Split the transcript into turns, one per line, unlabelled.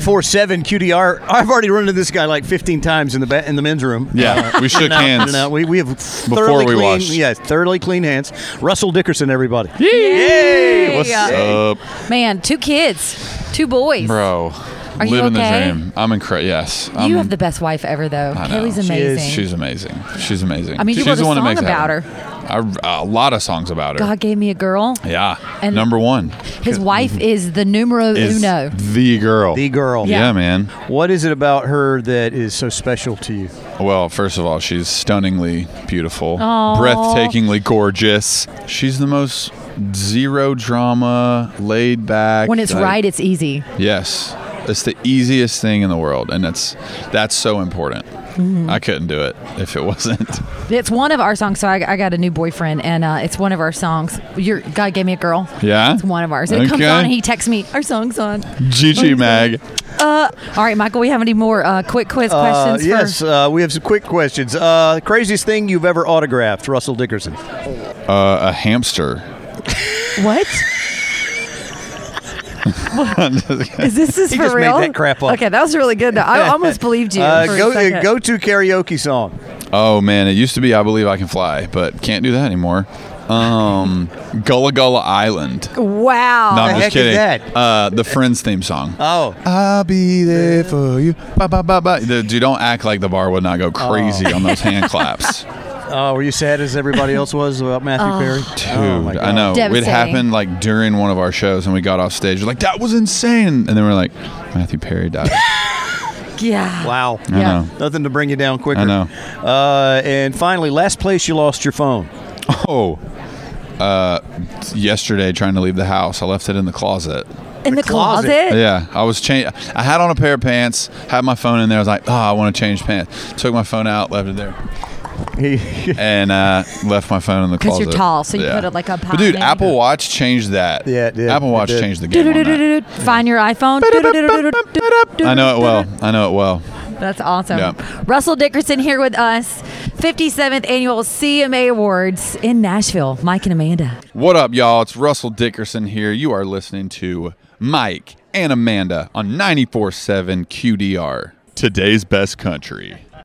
94.7 QDR. I've already run into this guy like 15 times in the ba- in the men's room.
Yeah, we shook
Uh, No,
hands.
No, no, we, we have thoroughly
we
clean,
washed.
yeah, thoroughly clean hands. Russell Dickerson, everybody.
Yay! What's
Yay.
up,
Man, two kids, two boys.
bro?
Are you
Living
okay?
the dream. I'm incredible. Yes. I'm,
You have the best wife ever, though.
I know.
Kaylee's
She is.
amazing.
She's amazing. She's amazing.
I mean, you
she's
wrote
the
a
one
song
that makes it
about
happen. I- a lot of songs about her.
God gave me a girl.
Yeah.
And-
Number one
His wife is the numero
is
uno.
the girl.
The girl.
yeah, man.
What is it about her that is so special to you?
Well, first of all, she's stunningly beautiful,
Aw.
breathtakingly gorgeous. She's the most zero drama, laid back.
When it's
like-
right, it's easy.
Yes, it's the easiest thing in the world, and that's that's so important.
Mm-hmm.
I couldn't do it if it wasn't.
It's one of our songs. So I, I got a new boyfriend, and uh, it's one of our songs. Your God gave me a girl.
Yeah,
It's one of ours. It comes
Okay.
on, and he texts me, "Our song's on."
GG Mag.
Uh, all right, Michael, we have any more uh, quick quiz
Uh,
questions? for-
yes, uh, we have some quick questions. Uh, craziest thing you've ever autographed, Russell Dickerson.
Uh, a hamster.
What? Is this is
He
for
just made
real?
that crap up.
Okay, that was really good. though. I almost believed you.
Uh,
for a
go
second.
uh, go to karaoke song.
Oh man, it used to be I believe I can fly, but can't do that anymore. Um, Gullah Gullah Island.
Wow.
No, I'm
the
just
heck is
kidding.
that?
Uh, the Friends theme song.
Oh,
I'll be there for you. Ba, ba, ba, ba. The- Dude, don't act like the bar would
Oh.
not go crazy on those hand claps.
oh, were you sad as everybody else was about Matthew Perry?
Dude,
Oh, my
I
God.
know. It
Devastating.
happened like during one of our shows, and we got off stage. We're like, that was insane. And then we're like, Matthew Perry died.
yeah.
Wow.
I
Yeah.
know.
Nothing to bring you down quicker.
I know.
Uh, and finally, last place you lost your phone.
Oh. Uh, yesterday, trying to leave the house, I left it in the closet.
In the,
closet.
closet.
Yeah, I was change. I had on a pair of pants, had my phone in there. I was like, oh, I want to change pants. Took my phone out, left it there.
He-
and uh, left my phone in the
'Cause
closet.
you're tall, so you put it, like, up high
But dude,
and-
Apple Watch changed that.
Yeah, it did.
Apple
It
Watch
did.
changed the game. on that.
Do-do-do-do-do. Find your iPhone.
I know it well. I know it well.
That's awesome.
Yep.
Russell Dickerson here with us. 57th annual CMA Awards in Nashville. Mike and Amanda.
What up, y'all? It's Russell Dickerson here. You are listening to Mike and Amanda on 94.7 QDR, today's best country.